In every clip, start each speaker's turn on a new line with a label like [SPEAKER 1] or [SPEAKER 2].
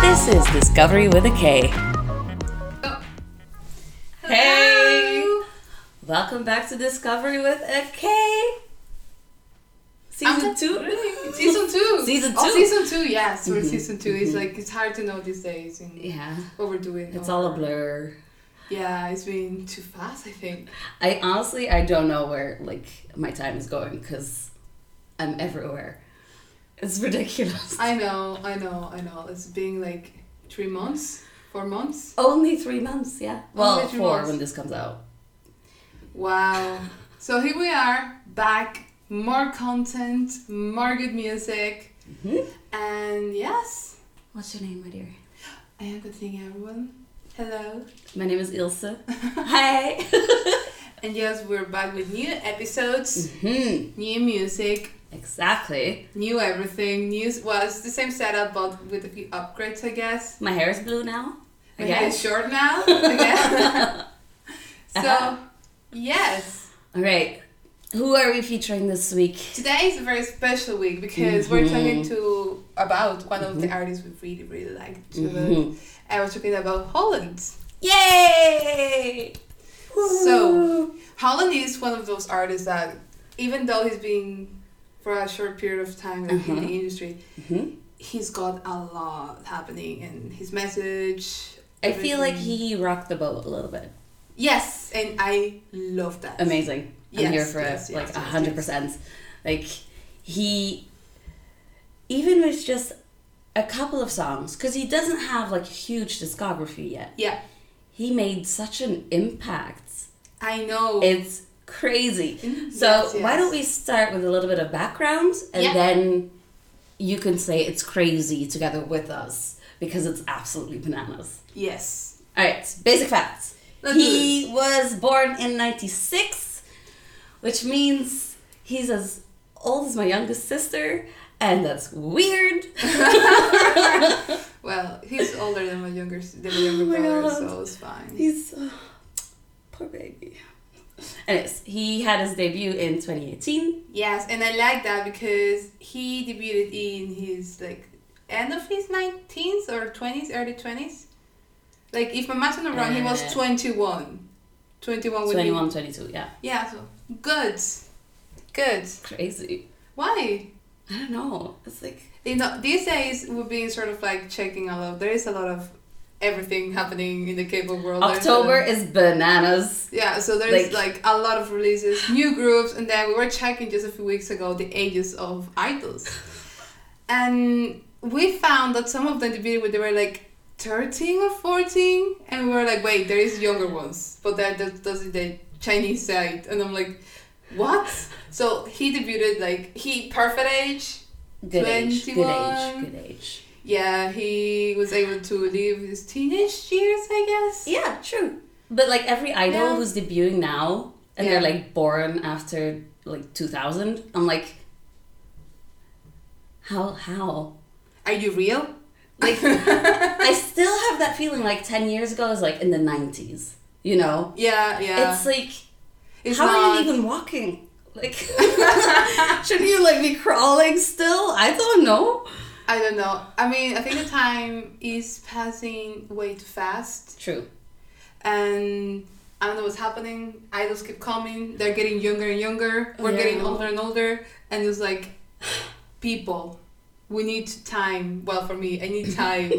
[SPEAKER 1] This is Discovery with a K. Hey! Welcome back to Discovery with a K. Season
[SPEAKER 2] I'm-
[SPEAKER 1] two?
[SPEAKER 2] Season two.
[SPEAKER 1] Season
[SPEAKER 2] Oh,
[SPEAKER 1] two. Mm-hmm.
[SPEAKER 2] season two. Yes, we're in season 2 It's like it's hard to know these days and
[SPEAKER 1] Yeah.
[SPEAKER 2] what we're doing.
[SPEAKER 1] It's all a blur.
[SPEAKER 2] Yeah, it's been too fast. I think.
[SPEAKER 1] I honestly, I don't know where like my time is going because I'm everywhere. It's ridiculous.
[SPEAKER 2] I know. I know. I know. It's been like three months, four months.
[SPEAKER 1] Only three months, yeah. Well,
[SPEAKER 2] Only three
[SPEAKER 1] four
[SPEAKER 2] months.
[SPEAKER 1] when this comes out.
[SPEAKER 2] Wow. so here we are back. More content, more good music,
[SPEAKER 1] Mhm.
[SPEAKER 2] and yes,
[SPEAKER 1] What's your name, my dear?
[SPEAKER 2] I am good thing everyone. Hello.
[SPEAKER 1] My name is Ilse. Hi.
[SPEAKER 2] And yes, we're back with new episodes,
[SPEAKER 1] hmm.
[SPEAKER 2] new music,
[SPEAKER 1] Exactly.
[SPEAKER 2] New everything. New well, it's the same setup, but with a few upgrades, I guess.
[SPEAKER 1] My hair is blue now. I
[SPEAKER 2] My hair is
[SPEAKER 1] guess.
[SPEAKER 2] short now. again. so, yes,
[SPEAKER 1] All right. Who are we featuring this week?
[SPEAKER 2] today is a very special week because we're
[SPEAKER 1] Mm-hmm.
[SPEAKER 2] talking to about one of the artists we really, really like. To,
[SPEAKER 1] Mhm.
[SPEAKER 2] I was talking about Holland.
[SPEAKER 1] Yay!
[SPEAKER 2] So- Holland is one of those artists that, even though he's been for a short period of time like,
[SPEAKER 1] Uh-huh.
[SPEAKER 2] in the industry,
[SPEAKER 1] Mhm.
[SPEAKER 2] he's got a lot happening and his message.
[SPEAKER 1] I feel like
[SPEAKER 2] everything.
[SPEAKER 1] he rocked the boat a little bit.
[SPEAKER 2] Yes, and I love that.
[SPEAKER 1] amazing. I'm
[SPEAKER 2] Yes,
[SPEAKER 1] here for
[SPEAKER 2] yes,
[SPEAKER 1] it,
[SPEAKER 2] yes,
[SPEAKER 1] like
[SPEAKER 2] yes,
[SPEAKER 1] hundred percent. Like he, even with just a couple of songs, because he doesn't have like huge discography yet.
[SPEAKER 2] Yeah,
[SPEAKER 1] He made such an impact.
[SPEAKER 2] I know.
[SPEAKER 1] It's crazy.
[SPEAKER 2] Mm,
[SPEAKER 1] So
[SPEAKER 2] yes,
[SPEAKER 1] why
[SPEAKER 2] yes.
[SPEAKER 1] don't we start with a little bit of background, and
[SPEAKER 2] Yeah.
[SPEAKER 1] then you can say it's crazy together with us because it's absolutely bananas.
[SPEAKER 2] yes.
[SPEAKER 1] All right, basic facts.
[SPEAKER 2] Let's
[SPEAKER 1] he was born in 96, which means he's as old as my youngest sister, and that's weird.
[SPEAKER 2] Well, he's older than my younger s- than my younger
[SPEAKER 1] Oh my
[SPEAKER 2] brother,
[SPEAKER 1] God.
[SPEAKER 2] so it's fine.
[SPEAKER 1] He's uh, poor baby. Anyways, he had his debut in 2018.
[SPEAKER 2] Yes, and I like that because he debuted in his like end of his nineteens or twenties, early twenties. Like if my math's not wrong, he was
[SPEAKER 1] Uh,
[SPEAKER 2] twenty one. Twenty one when
[SPEAKER 1] 21, 22, yeah.
[SPEAKER 2] He, yeah, so good. Good.
[SPEAKER 1] Crazy.
[SPEAKER 2] Why?
[SPEAKER 1] I don't know. It's like,
[SPEAKER 2] You know, these days we've been sort of like checking a lot. There is a lot of everything happening in the K-pop world. There's a lot of-
[SPEAKER 1] October is bananas.
[SPEAKER 2] Yeah, so there's
[SPEAKER 1] Like-
[SPEAKER 2] like, a lot of releases, new groups, and then we were checking just a few weeks ago the ages of idols. And we found that some of them debuted when they were like 13 or 14, and we were like, wait, there is younger ones, but that that does the Chinese side. And I'm like, what? So he debuted like, he perfect age.
[SPEAKER 1] Good age, good age,
[SPEAKER 2] 21.
[SPEAKER 1] good age.
[SPEAKER 2] Yeah, he was able to live his teenage years, I guess.
[SPEAKER 1] Yeah, true. But like every idol
[SPEAKER 2] Yeah.
[SPEAKER 1] who's debuting now and
[SPEAKER 2] Yeah.
[SPEAKER 1] they're like born after like 2000, I'm like, how, how?
[SPEAKER 2] Are you real?
[SPEAKER 1] Like, I still have that feeling like 10 years ago is like in the 90s, you know?
[SPEAKER 2] Yeah, yeah.
[SPEAKER 1] It's like,
[SPEAKER 2] It's
[SPEAKER 1] how are
[SPEAKER 2] not-
[SPEAKER 1] you even walking? Like, shouldn't you like be crawling still? I don't know.
[SPEAKER 2] I don't know. I mean, I think the time is passing way too fast,
[SPEAKER 1] True.
[SPEAKER 2] and I don't know what's happening. Idols keep coming. They're getting younger and younger. We're
[SPEAKER 1] Yeah.
[SPEAKER 2] getting older and older, and it's like, people, we need time. Well, for me, I need time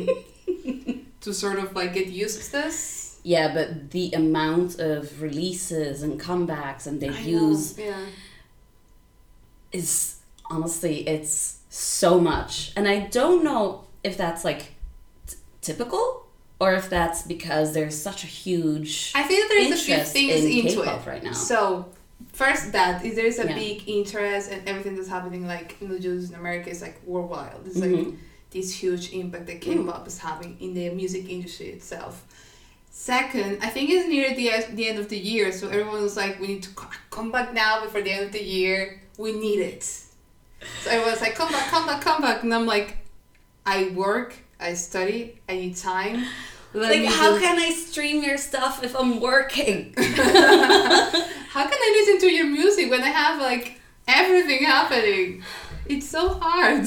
[SPEAKER 2] to sort of like get used to this.
[SPEAKER 1] Yeah, but the amount of releases and comebacks and
[SPEAKER 2] I know,
[SPEAKER 1] debuts
[SPEAKER 2] yeah.
[SPEAKER 1] is honestly it's so much and i don't know if that's like t- typical or if that's because there's such a huge
[SPEAKER 2] I think that there's a few
[SPEAKER 1] interest
[SPEAKER 2] things
[SPEAKER 1] in
[SPEAKER 2] into
[SPEAKER 1] K-pop
[SPEAKER 2] it.
[SPEAKER 1] right now.
[SPEAKER 2] So first that is there's a
[SPEAKER 1] Yeah.
[SPEAKER 2] big interest and everything that's happening like not just in America is like worldwide. It's like
[SPEAKER 1] Mhm.
[SPEAKER 2] this huge impact that
[SPEAKER 1] Mm-hmm.
[SPEAKER 2] K-pop is having in the music industry itself. Second, I think it's near the, e- the end of the year, so everyone was like, we need to co- come back now before the end of the year. We need it. So everyone's like, come back, come back, come back. And I'm like, I work, I study, I need time. Let
[SPEAKER 1] like
[SPEAKER 2] me
[SPEAKER 1] how
[SPEAKER 2] do-
[SPEAKER 1] can i stream your stuff if i'm working
[SPEAKER 2] How can I listen to your music when I have like everything happening? It's so hard.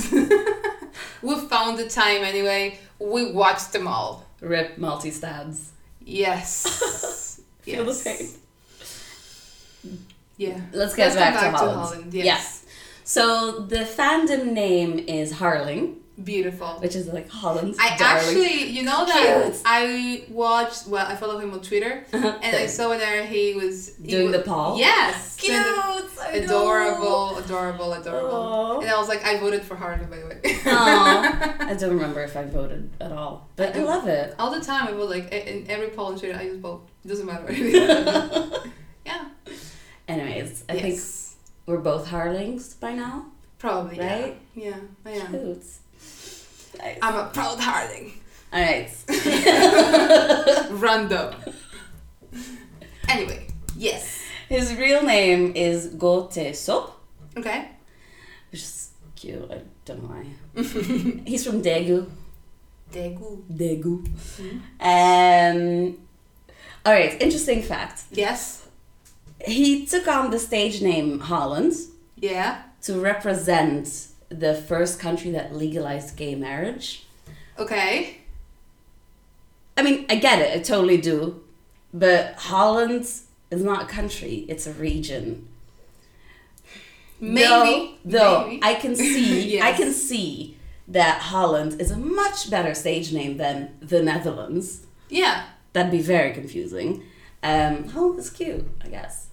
[SPEAKER 2] we found the time anyway. We watched them all.
[SPEAKER 1] Rip multi stabs.
[SPEAKER 2] Yes.
[SPEAKER 1] Feel the pain.
[SPEAKER 2] Yeah.
[SPEAKER 1] Let's get
[SPEAKER 2] Let's
[SPEAKER 1] back,
[SPEAKER 2] come
[SPEAKER 1] to Holland.
[SPEAKER 2] Yes.
[SPEAKER 1] Yeah. So the fandom name is Harling,
[SPEAKER 2] Beautiful.
[SPEAKER 1] which is like Holland's
[SPEAKER 2] I
[SPEAKER 1] darling.
[SPEAKER 2] actually, you know that
[SPEAKER 1] Cute.
[SPEAKER 2] I watched. Well, I follow him on Twitter, and I
[SPEAKER 1] Same.
[SPEAKER 2] saw there he was he
[SPEAKER 1] Doing
[SPEAKER 2] wa-
[SPEAKER 1] the paw?
[SPEAKER 2] Yes,
[SPEAKER 1] cute,
[SPEAKER 2] doing the-
[SPEAKER 1] I know.
[SPEAKER 2] adorable, adorable, adorable.
[SPEAKER 1] Aw.
[SPEAKER 2] And I was like, I voted for Harley, by the
[SPEAKER 1] Aw.
[SPEAKER 2] way.
[SPEAKER 1] I don't remember if I voted at all, but I
[SPEAKER 2] do.
[SPEAKER 1] love it.
[SPEAKER 2] All the time, I vote like e- in every poll on Twitter. I use both. It doesn't matter. yeah.
[SPEAKER 1] Anyways, I think
[SPEAKER 2] yes.
[SPEAKER 1] we're both Harlings by now,
[SPEAKER 2] probably
[SPEAKER 1] Right?
[SPEAKER 2] Yeah. yeah, I am.
[SPEAKER 1] Cute. Nice.
[SPEAKER 2] I'm a proud Harding.
[SPEAKER 1] All right.
[SPEAKER 2] Random. anyway, yes.
[SPEAKER 1] His real name is Gote Sop,
[SPEAKER 2] Okay.
[SPEAKER 1] which is cute. I don't know why. He's from Daegu.
[SPEAKER 2] Daegu.
[SPEAKER 1] Daegu. Um, all right, interesting fact.
[SPEAKER 2] Yes.
[SPEAKER 1] He took on the stage name Holland
[SPEAKER 2] Yeah.
[SPEAKER 1] to represent the first country that legalized gay marriage.
[SPEAKER 2] Okay.
[SPEAKER 1] I mean, I get it, I totally do. But Holland is not a country, it's a region.
[SPEAKER 2] Maybe.
[SPEAKER 1] Though, though
[SPEAKER 2] Maybe.
[SPEAKER 1] I can see I
[SPEAKER 2] Yes.
[SPEAKER 1] can see that Holland is a much better stage name than the Netherlands.
[SPEAKER 2] yeah.
[SPEAKER 1] That'd be very confusing. Um, Holland is cute, I guess.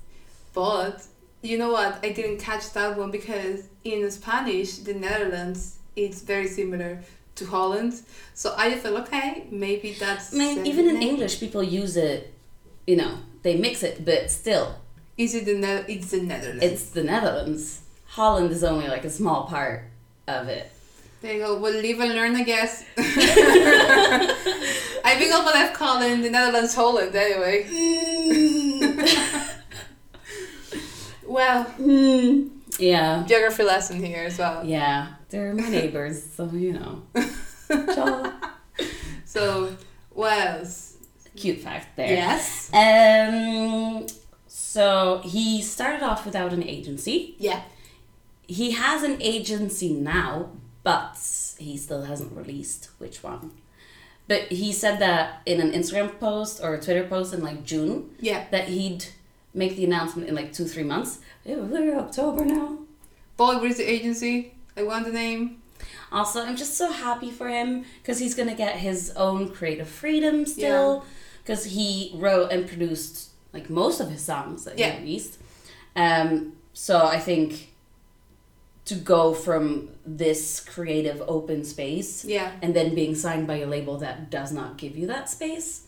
[SPEAKER 2] But you know what? I didn't catch that one because in Spanish, the Netherlands, it's very similar to Holland. So I just thought, okay, maybe that's.
[SPEAKER 1] I mean,
[SPEAKER 2] the
[SPEAKER 1] even in
[SPEAKER 2] name.
[SPEAKER 1] English, people use it. You know, they mix it, but still,
[SPEAKER 2] Is it the ne- It's the Netherlands.
[SPEAKER 1] it's the Netherlands. Holland is only like a small part of it.
[SPEAKER 2] there you go. We'll live and learn, I guess. I think I'm gonna call it the Netherlands Holland anyway. Well,
[SPEAKER 1] Hmm. yeah,
[SPEAKER 2] geography lesson here as well.
[SPEAKER 1] yeah. They're my neighbors, so you know. Ciao.
[SPEAKER 2] So, Wales.
[SPEAKER 1] Cute fact there.
[SPEAKER 2] Yes.
[SPEAKER 1] Um, so he started off without an agency.
[SPEAKER 2] Yeah.
[SPEAKER 1] He has an agency now, but he still hasn't released which one. But he said that in an Instagram post or a Twitter post in like June
[SPEAKER 2] Yeah.
[SPEAKER 1] that he'd make the announcement in like two three months. Ew, we're October now.
[SPEAKER 2] Boy, where's the agency? I want the name.
[SPEAKER 1] Also, I'm just so happy for him because he's gonna get his own creative freedom still. Because he wrote and produced like most of his songs that
[SPEAKER 2] Yeah.
[SPEAKER 1] he released. Um, so I think to go from this creative open space
[SPEAKER 2] Yeah.
[SPEAKER 1] and then being signed by a label that does not give you that space,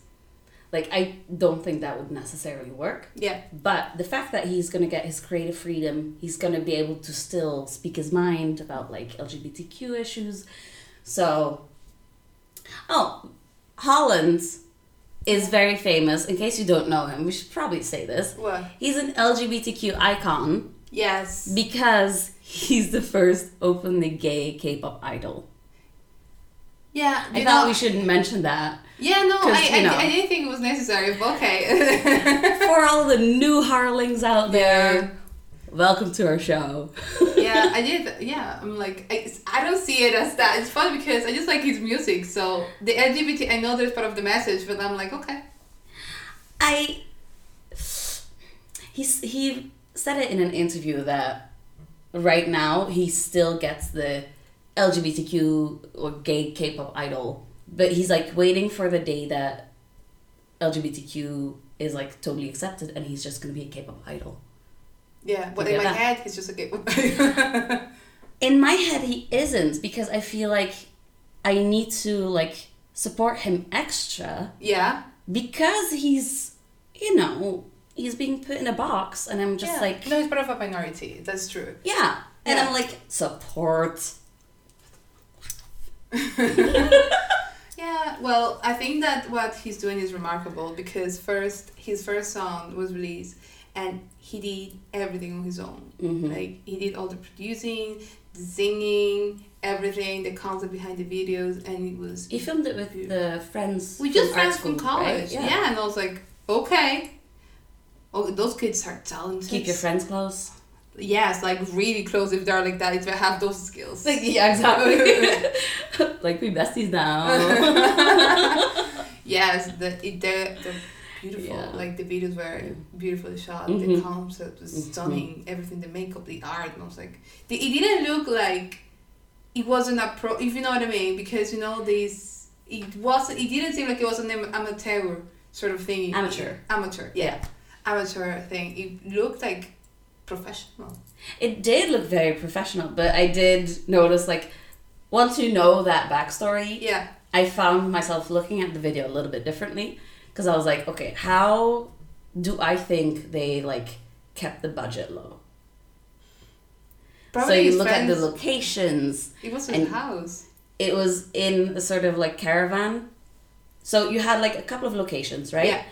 [SPEAKER 1] like I don't think that would necessarily work.
[SPEAKER 2] Yeah.
[SPEAKER 1] But the fact that he's gonna get his creative freedom, he's gonna be able to still speak his mind about like LGBTQ issues. So, oh, Holland is very famous. In case you don't know him, we should probably say this.
[SPEAKER 2] What?
[SPEAKER 1] He's an LGBTQ icon
[SPEAKER 2] Yes.
[SPEAKER 1] because he's the first openly gay K-pop idol.
[SPEAKER 2] Yeah.
[SPEAKER 1] I
[SPEAKER 2] You
[SPEAKER 1] thought
[SPEAKER 2] know,
[SPEAKER 1] we shouldn't mention that
[SPEAKER 2] yeah. No,
[SPEAKER 1] 'cause,
[SPEAKER 2] I,
[SPEAKER 1] you know.
[SPEAKER 2] I, I didn't think it was necessary. But okay.
[SPEAKER 1] for all the new Harlings out there.
[SPEAKER 2] Yeah.
[SPEAKER 1] Welcome to our show.
[SPEAKER 2] yeah, I did. Yeah, I'm like, I, it's- I don't see it as that. It's funny because I just like his music. So the LGBT, I know there's part of the message, but I'm like, okay.
[SPEAKER 1] I he's he said it in an interview that right now he still gets the LGBTQ or gay K-pop idol, but he's like waiting for the day that LGBTQ is like totally accepted and he's just gonna be a K-pop idol.
[SPEAKER 2] Yeah, but
[SPEAKER 1] Yeah,
[SPEAKER 2] in my
[SPEAKER 1] that-
[SPEAKER 2] head, he's just okay.
[SPEAKER 1] In my head, he isn't because I feel like I need to like support him extra
[SPEAKER 2] yeah.
[SPEAKER 1] because he's you know he's being put in a box and I'm just
[SPEAKER 2] yeah.
[SPEAKER 1] like
[SPEAKER 2] no, he's part of a minority. That's true.
[SPEAKER 1] Yeah. And
[SPEAKER 2] Yeah.
[SPEAKER 1] I'm like, support.
[SPEAKER 2] Yeah, well, I think that what he's doing is remarkable because first his first song was released and he did everything on his own.
[SPEAKER 1] Mm-hmm.
[SPEAKER 2] Like he did all the producing, the singing, everything, the concept behind the videos, and it was
[SPEAKER 1] You filmed it with the friends.
[SPEAKER 2] we just
[SPEAKER 1] from art
[SPEAKER 2] friends from
[SPEAKER 1] school, right?
[SPEAKER 2] college. yeah. and I was like, okay, oh, those kids are talented.
[SPEAKER 1] Keep your friends close.
[SPEAKER 2] yes, like really close if they're like that, if they have those skills.
[SPEAKER 1] Like, yeah, exactly. like we besties now.
[SPEAKER 2] yes, the, it, they're, they're beautiful.
[SPEAKER 1] Yeah.
[SPEAKER 2] Like the videos were beautifully shot. The
[SPEAKER 1] Mhm.
[SPEAKER 2] concept was stunning. Everything, the makeup, the art. And I was like, the, it didn't look like it wasn't a pro. If you know what I mean, because you know this, it was. It didn't seem like it was an am- amateur sort of thing.
[SPEAKER 1] Amateur.
[SPEAKER 2] Amateur. Yeah. Amateur thing. It looked like professional.
[SPEAKER 1] It did look very professional, but I did notice like once you know that backstory,
[SPEAKER 2] Yeah.
[SPEAKER 1] I found myself looking at the video a little bit differently because I was like, okay, how do I think they like kept the budget low? so you
[SPEAKER 2] his
[SPEAKER 1] look at the
[SPEAKER 2] friends-
[SPEAKER 1] locations.
[SPEAKER 2] It was his
[SPEAKER 1] and-
[SPEAKER 2] house.
[SPEAKER 1] It was in a sort of like caravan. So you had like a couple of locations, right?
[SPEAKER 2] Yeah.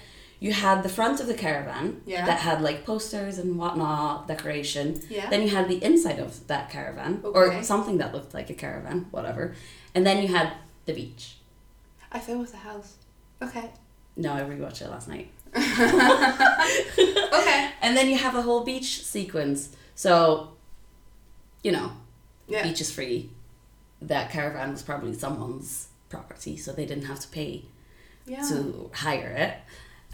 [SPEAKER 1] You had the front of the caravan
[SPEAKER 2] Yeah.
[SPEAKER 1] that had like posters and whatnot, decoration.
[SPEAKER 2] Yeah.
[SPEAKER 1] Then you had the inside of that caravan
[SPEAKER 2] Okay.
[SPEAKER 1] or something that looked like a caravan, whatever. And then you had the beach.
[SPEAKER 2] I thought it was a house. Okay.
[SPEAKER 1] No, I rewatched it last night.
[SPEAKER 2] Okay.
[SPEAKER 1] And then you have a whole beach sequence. So, you know,
[SPEAKER 2] Yeah.
[SPEAKER 1] beach is free. That caravan was probably someone's property, so they didn't have to pay
[SPEAKER 2] Yeah.
[SPEAKER 1] to hire it,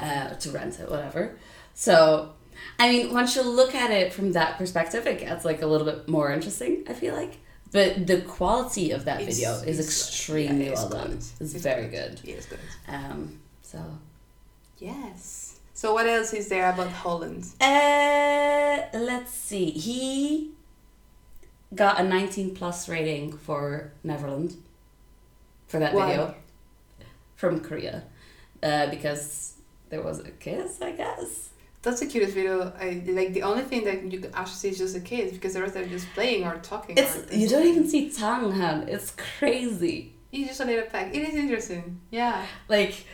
[SPEAKER 1] uh, to rent it, whatever. So, I mean, once you look at it from that perspective, it gets like a little bit more interesting. I feel like, but the quality of that
[SPEAKER 2] It's-
[SPEAKER 1] video is
[SPEAKER 2] it's-
[SPEAKER 1] extremely
[SPEAKER 2] yeah, it's
[SPEAKER 1] well done.
[SPEAKER 2] good.
[SPEAKER 1] It's, very good.
[SPEAKER 2] Yes, good.
[SPEAKER 1] Um, so,
[SPEAKER 2] Yes. So what else is there about Holland?
[SPEAKER 1] uh, let's see. He got a 19 plus rating for Neverland for that
[SPEAKER 2] Why?
[SPEAKER 1] video from Korea, uh, because there was a kiss, I guess.
[SPEAKER 2] That's the cutest video. I like the only thing that you could actually see is just the kids because the rest are just playing or talking.
[SPEAKER 1] It's
[SPEAKER 2] or
[SPEAKER 1] you don't even see tongue, hun. It's crazy.
[SPEAKER 2] You just a little pack. It is interesting. Yeah.
[SPEAKER 1] Like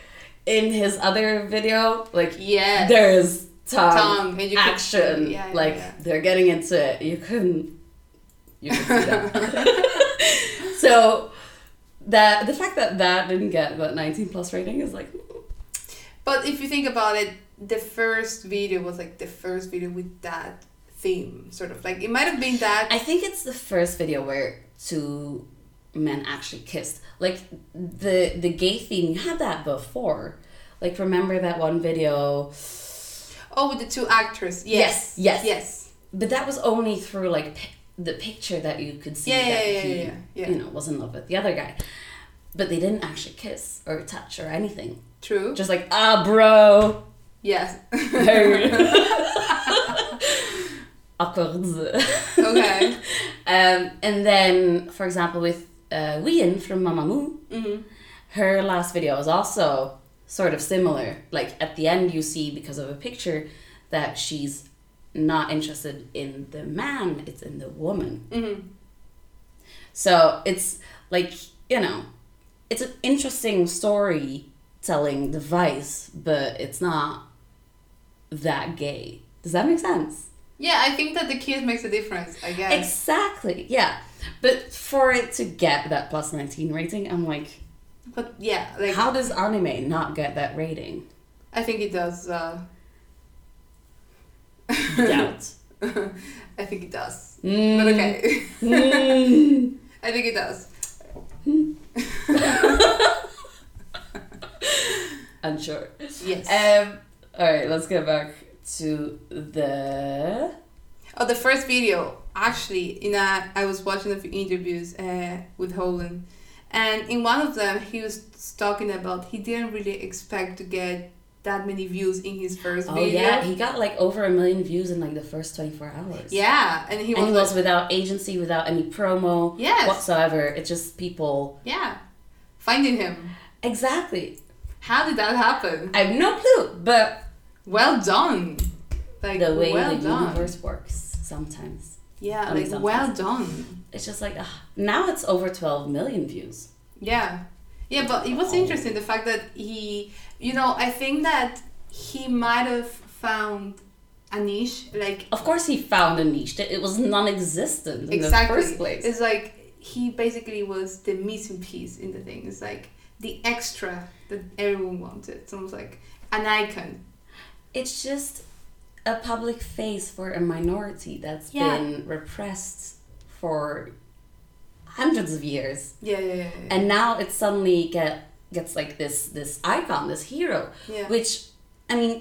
[SPEAKER 1] in his other video, like
[SPEAKER 2] Yeah.
[SPEAKER 1] there is tongue,
[SPEAKER 2] Tongue, and you could-
[SPEAKER 1] action.
[SPEAKER 2] yeah, yeah,
[SPEAKER 1] like
[SPEAKER 2] yeah.
[SPEAKER 1] they're getting into it. You couldn't. You could see that. so that the fact that that didn't get that 19 plus rating is like
[SPEAKER 2] But if you think about it, the first video was like the first video with that theme, sort of like it might have been that.
[SPEAKER 1] I think it's the first video where two men actually kissed. Like the the gay theme, you had that before. Like remember that one video
[SPEAKER 2] Oh, with the two actors. Yes.
[SPEAKER 1] Yes, yes.
[SPEAKER 2] Yes.
[SPEAKER 1] but that was only through like pi- the picture that you could see
[SPEAKER 2] Yeah, yeah,
[SPEAKER 1] that
[SPEAKER 2] yeah,
[SPEAKER 1] he,
[SPEAKER 2] yeah, yeah.
[SPEAKER 1] you know, was in love with the other guy. But they didn't actually kiss or touch or anything.
[SPEAKER 2] True.
[SPEAKER 1] Just like ah, bro,
[SPEAKER 2] Yes.
[SPEAKER 1] awkward.
[SPEAKER 2] okay.
[SPEAKER 1] Um, and then, for example, with uh, Wien from Mamamoo,
[SPEAKER 2] Mhm.
[SPEAKER 1] her last video is also sort of similar. Like at the end, you see because of a picture that she's not interested in the man; it's in the woman.
[SPEAKER 2] Mhm.
[SPEAKER 1] So it's like, you know, it's an interesting story telling device, but it's not that gay. Does that make sense?
[SPEAKER 2] Yeah, I think that the kids makes a difference. I guess.
[SPEAKER 1] Exactly. Yeah. But for it to get that plus 19 rating, I'm like,
[SPEAKER 2] But yeah, like
[SPEAKER 1] how does anime not get that rating?
[SPEAKER 2] I think it does. Uh,
[SPEAKER 1] Doubt.
[SPEAKER 2] I think it does.
[SPEAKER 1] Mm.
[SPEAKER 2] But okay,
[SPEAKER 1] Mm.
[SPEAKER 2] I think it does.
[SPEAKER 1] Unsure.
[SPEAKER 2] Yes.
[SPEAKER 1] Um, all right, let's get back to the.
[SPEAKER 2] oh, the first video actually. In a, I was watching a few interviews uh, with Holland, and in one of them he was talking about he didn't really expect to get that many views in his first
[SPEAKER 1] Oh,
[SPEAKER 2] video.
[SPEAKER 1] yeah. He got like over a million views in like the first 24 hours.
[SPEAKER 2] Yeah, and he was,
[SPEAKER 1] and it
[SPEAKER 2] like,
[SPEAKER 1] was without agency, without any promo
[SPEAKER 2] Yes.
[SPEAKER 1] whatsoever. It's just people.
[SPEAKER 2] yeah, finding him.
[SPEAKER 1] Exactly.
[SPEAKER 2] How did that happen?
[SPEAKER 1] I have no clue, but
[SPEAKER 2] Well done. Like
[SPEAKER 1] the way
[SPEAKER 2] well
[SPEAKER 1] the
[SPEAKER 2] done.
[SPEAKER 1] universe works sometimes.
[SPEAKER 2] Yeah,
[SPEAKER 1] Only
[SPEAKER 2] like well done.
[SPEAKER 1] It's just like, ah, now it's over 12 million views.
[SPEAKER 2] Yeah. Yeah, but it was interesting the fact that he, you know, I think that he might have found a niche, like
[SPEAKER 1] Of course, he found a niche that it was non existent in
[SPEAKER 2] exactly.
[SPEAKER 1] the first place.
[SPEAKER 2] It's like he basically was the missing piece in the thing. It's like the extra that everyone wanted. So it was like an icon.
[SPEAKER 1] It's just a public face for a minority that's
[SPEAKER 2] Yeah.
[SPEAKER 1] been repressed for hundreds of years
[SPEAKER 2] Yeah, yeah, yeah. yeah.
[SPEAKER 1] and now it suddenly get gets like this this icon this hero
[SPEAKER 2] Yeah.
[SPEAKER 1] which i mean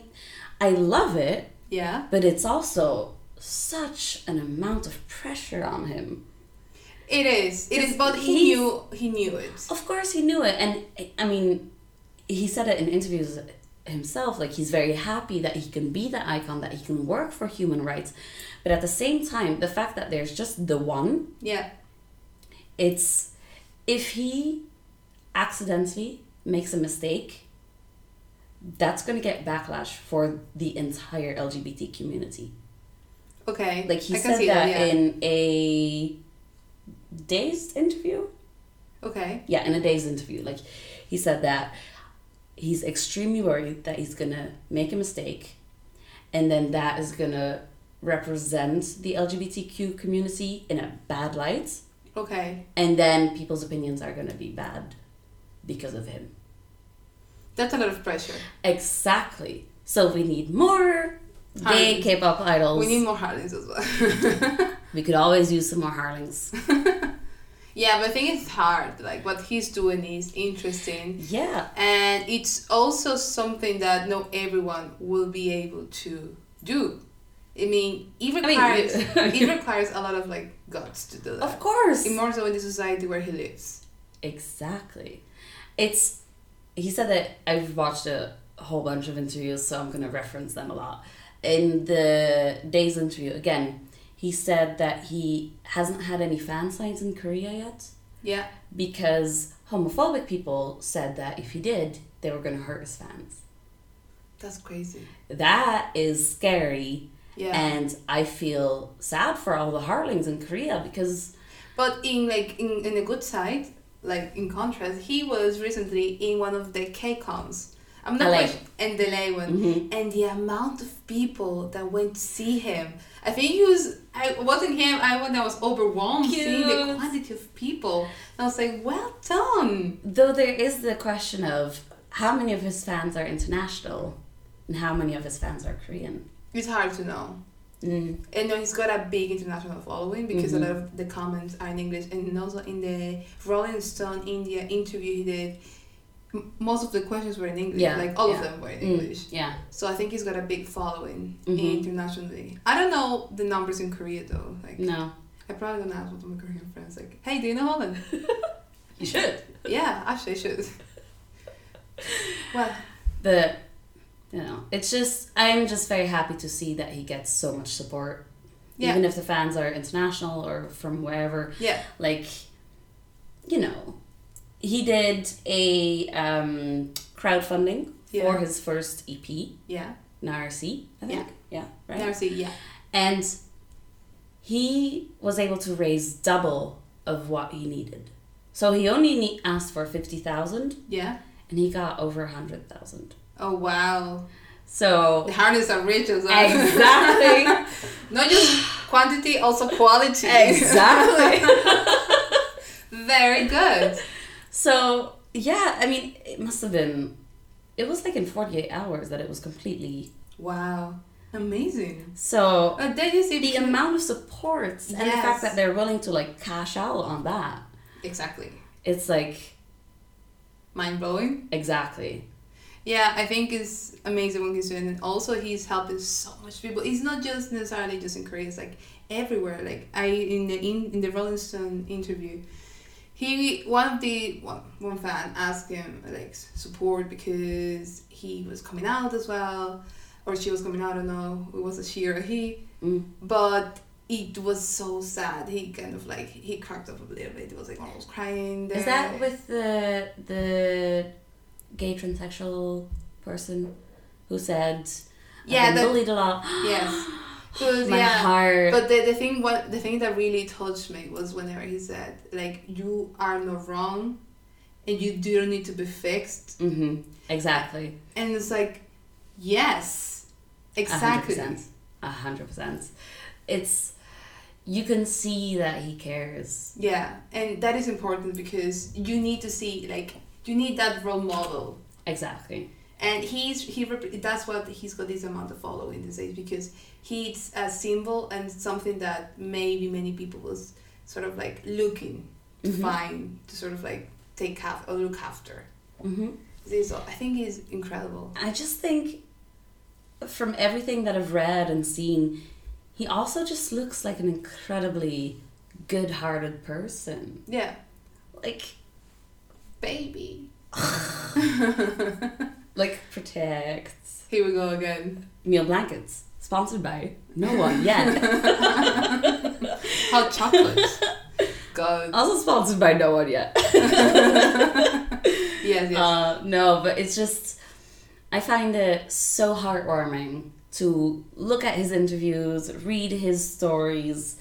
[SPEAKER 1] i love it
[SPEAKER 2] yeah.
[SPEAKER 1] but it's also such an amount of pressure on him
[SPEAKER 2] It is. It is, but
[SPEAKER 1] He's-
[SPEAKER 2] he knew he knew it.
[SPEAKER 1] of course he knew it and i mean he said it in interviews himself like he's very happy that he can be the icon that he can work for human rights but at the same time the fact that there's just the one
[SPEAKER 2] Yeah.
[SPEAKER 1] it's if he accidentally makes a mistake that's going to get backlash for the entire lgbt community
[SPEAKER 2] Okay.
[SPEAKER 1] like he
[SPEAKER 2] I can
[SPEAKER 1] said
[SPEAKER 2] see
[SPEAKER 1] that,
[SPEAKER 2] yeah.
[SPEAKER 1] in a dazed interview
[SPEAKER 2] Okay.
[SPEAKER 1] yeah in a dazed interview like he said that he's extremely worried that he's going to make a mistake and then that is going to represent the lgbtq community in a bad light
[SPEAKER 2] Okay.
[SPEAKER 1] and then people's opinions are going to be bad because of him.
[SPEAKER 2] That's a lot of pressure.
[SPEAKER 1] Exactly. So we need more gay
[SPEAKER 2] Harleys.
[SPEAKER 1] K-pop idols.
[SPEAKER 2] Um, We
[SPEAKER 1] We,
[SPEAKER 2] need more Harleys as well.
[SPEAKER 1] could always use some more Harlings.
[SPEAKER 2] yeah, but I think it's hard. Like what he's doing is interesting.
[SPEAKER 1] yeah,
[SPEAKER 2] And it's also something that not everyone will be able to do. I mean, it
[SPEAKER 1] mean,
[SPEAKER 2] requires
[SPEAKER 1] you-
[SPEAKER 2] it requires a lot of like guts to do that.
[SPEAKER 1] of course.
[SPEAKER 2] More so in the society where he lives.
[SPEAKER 1] Exactly. It's he said that I've watched a whole bunch of interviews, so I'm gonna reference them a lot. In the day's interview, again, he said that he hasn't had any fan signs in Korea yet.
[SPEAKER 2] Yeah.
[SPEAKER 1] because homophobic people said that if he did, they were going to hurt his fans.
[SPEAKER 2] That's crazy.
[SPEAKER 1] That is scary,
[SPEAKER 2] Yeah.
[SPEAKER 1] and I feel sad for all the Harlings in Korea because
[SPEAKER 2] But in like in, in a good side, like in contrast, he was recently in one of the KCOMs. I'm not
[SPEAKER 1] LA.
[SPEAKER 2] quite and the LA one. And the amount of people that went to see him. I think he was I wasn't him, I when I was overwhelmed seeing the
[SPEAKER 1] Cute.
[SPEAKER 2] quantity of people. And I was like, Well done.
[SPEAKER 1] though there is the question of how many of his fans are international and how many of his fans are Korean.
[SPEAKER 2] It's hard to know.
[SPEAKER 1] Mm.
[SPEAKER 2] And no, he's got a big international following because
[SPEAKER 1] Mm-hmm.
[SPEAKER 2] a lot of the comments are in English. And also in the Rolling Stone India interview he did, m- most of the questions were in English.
[SPEAKER 1] Yeah,
[SPEAKER 2] like all of
[SPEAKER 1] yeah.
[SPEAKER 2] them were in
[SPEAKER 1] Mm,
[SPEAKER 2] English.
[SPEAKER 1] Yeah.
[SPEAKER 2] So I think he's got a big following
[SPEAKER 1] Mhm.
[SPEAKER 2] internationally. I don't know the numbers in Korea though. Like
[SPEAKER 1] No.
[SPEAKER 2] I probably gonna ask one of my Korean friends like, "Hey, do you know Holland?"
[SPEAKER 1] You should.
[SPEAKER 2] yeah, actually, I should. well,
[SPEAKER 1] But you know, it's just I'm just very happy to see that he gets so much support.
[SPEAKER 2] Yeah.
[SPEAKER 1] Even if the fans are international or from wherever.
[SPEAKER 2] yeah,
[SPEAKER 1] like you know he did a um, crowdfunding
[SPEAKER 2] Yeah.
[SPEAKER 1] for his first E ep
[SPEAKER 2] yeah.
[SPEAKER 1] narc i think yeah, right
[SPEAKER 2] Never see, yeah,
[SPEAKER 1] and he was able to raise double of what he needed so he only ne- asked for 50000
[SPEAKER 2] yeah.
[SPEAKER 1] and he got over 100000
[SPEAKER 2] Oh wow,
[SPEAKER 1] so
[SPEAKER 2] the harness are rich as well.
[SPEAKER 1] exactly
[SPEAKER 2] Not just quantity, also quality.
[SPEAKER 1] exactly
[SPEAKER 2] Very good.
[SPEAKER 1] so yeah i mean it must have been it was like in 48 hours that it was completely
[SPEAKER 2] Wow, amazing.
[SPEAKER 1] So
[SPEAKER 2] Uh, that is
[SPEAKER 1] the amount of support and the
[SPEAKER 2] Yes.
[SPEAKER 1] fact that they're willing to like cash out on that,
[SPEAKER 2] exactly
[SPEAKER 1] it's like
[SPEAKER 2] mind blowing.
[SPEAKER 1] exactly.
[SPEAKER 2] Yeah, I think it's amazing what he's doing, and also he's helping so much people. It's not just necessarily just in Korea; it's like everywhere. Like I in the in, in the Rolling Stone interview, he one of the one, one fan asked him like s- support because he was coming out as well, or she was coming out. I don't know. It was a she or a he,
[SPEAKER 1] Mm.
[SPEAKER 2] but it was so sad. He kind of like he cracked up a little bit. It was like almost crying. There.
[SPEAKER 1] Is that with the the gay transsexual person who said
[SPEAKER 2] Yeah,
[SPEAKER 1] yeah
[SPEAKER 2] that-
[SPEAKER 1] bullied a lot?
[SPEAKER 2] yes? 'Cause,
[SPEAKER 1] My
[SPEAKER 2] yeah.
[SPEAKER 1] heart.
[SPEAKER 2] But the, the thing what the thing that really touched me was whenever he said like you are not wrong, and you don't need to be fixed.
[SPEAKER 1] hmm Exactly.
[SPEAKER 2] And it's like, yes, exactly.
[SPEAKER 1] A hundred percent. A hundred percent. It's you can see that he cares.
[SPEAKER 2] Yeah, and that is important because you need to see like you need that role model,
[SPEAKER 1] Exactly.
[SPEAKER 2] and he's he rep- that's what he's got this amount of following these days because he's a symbol and something that maybe many people was sort of like looking to
[SPEAKER 1] Mhm.
[SPEAKER 2] find to sort of like take af- or look after.
[SPEAKER 1] Mm-hmm.
[SPEAKER 2] This I think is incredible.
[SPEAKER 1] I just think from everything that I've read and seen, he also just looks like an incredibly good hearted person.
[SPEAKER 2] Yeah,
[SPEAKER 1] Like
[SPEAKER 2] baby.
[SPEAKER 1] like protects.
[SPEAKER 2] Here we go again.
[SPEAKER 1] Meal blankets. Sponsored by no one yet.
[SPEAKER 2] Hot chocolate. God.
[SPEAKER 1] also sponsored by no one yet.
[SPEAKER 2] Yes, yes.
[SPEAKER 1] Uh, no, but it's just, I find it so heartwarming to look at his interviews, read his stories.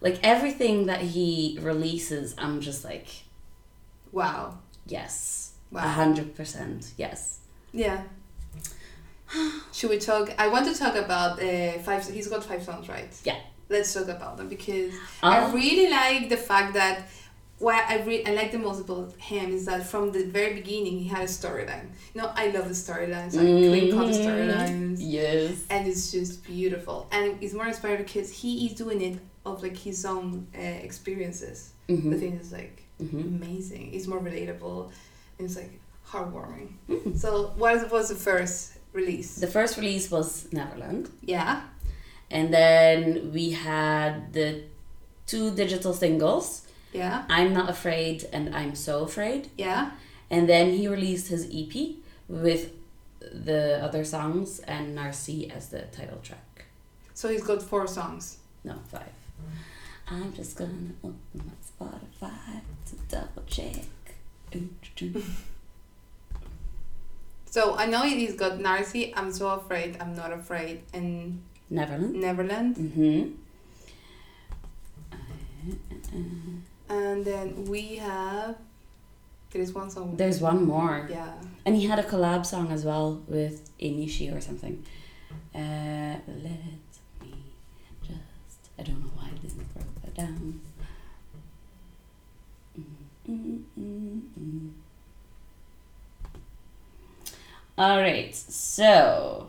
[SPEAKER 1] Like everything that he releases, I'm just like,
[SPEAKER 2] wow.
[SPEAKER 1] yes.
[SPEAKER 2] Wow.
[SPEAKER 1] a 100%. Yes.
[SPEAKER 2] Yeah. Should we talk? I want to talk about uh, five. He's got five songs, right?
[SPEAKER 1] Yeah.
[SPEAKER 2] Let's talk about them because I
[SPEAKER 1] Um,
[SPEAKER 2] really like the fact that what I re- I like the most about him is that from the very beginning he had a storyline. You know, I love the storylines. I clean cut the
[SPEAKER 1] Mm-hmm.
[SPEAKER 2] storylines,
[SPEAKER 1] Yes.
[SPEAKER 2] and it's just beautiful. And it's more inspiring because he is doing it of like his own uh, experiences.
[SPEAKER 1] Mhm.
[SPEAKER 2] The thing is like
[SPEAKER 1] Mhm.
[SPEAKER 2] amazing. It's more relatable. And it's like heartwarming. So what was the first release?
[SPEAKER 1] Mm. The first release was Neverland.
[SPEAKER 2] Yeah.
[SPEAKER 1] And then we had the two digital singles
[SPEAKER 2] Yeah.
[SPEAKER 1] I'm Not Afraid and I'm So Afraid.
[SPEAKER 2] Yeah.
[SPEAKER 1] And then he released his EP with the other songs and Narcy as the title track.
[SPEAKER 2] So he's got four songs.
[SPEAKER 1] No, five. I'm just gonna open my Spotify to double check.
[SPEAKER 2] So I know he's got Narcy, I'm So Afraid, I'm Not Afraid, and
[SPEAKER 1] Neverland.
[SPEAKER 2] Neverland.
[SPEAKER 1] Mm-hmm.
[SPEAKER 2] And then we have. There is one song.
[SPEAKER 1] There's one more.
[SPEAKER 2] Yeah.
[SPEAKER 1] And he had a collab song as well with Inishi or something. Uh, let me just. I don't know why I didn't write that down. Mm-mm-mm-mm. All right, so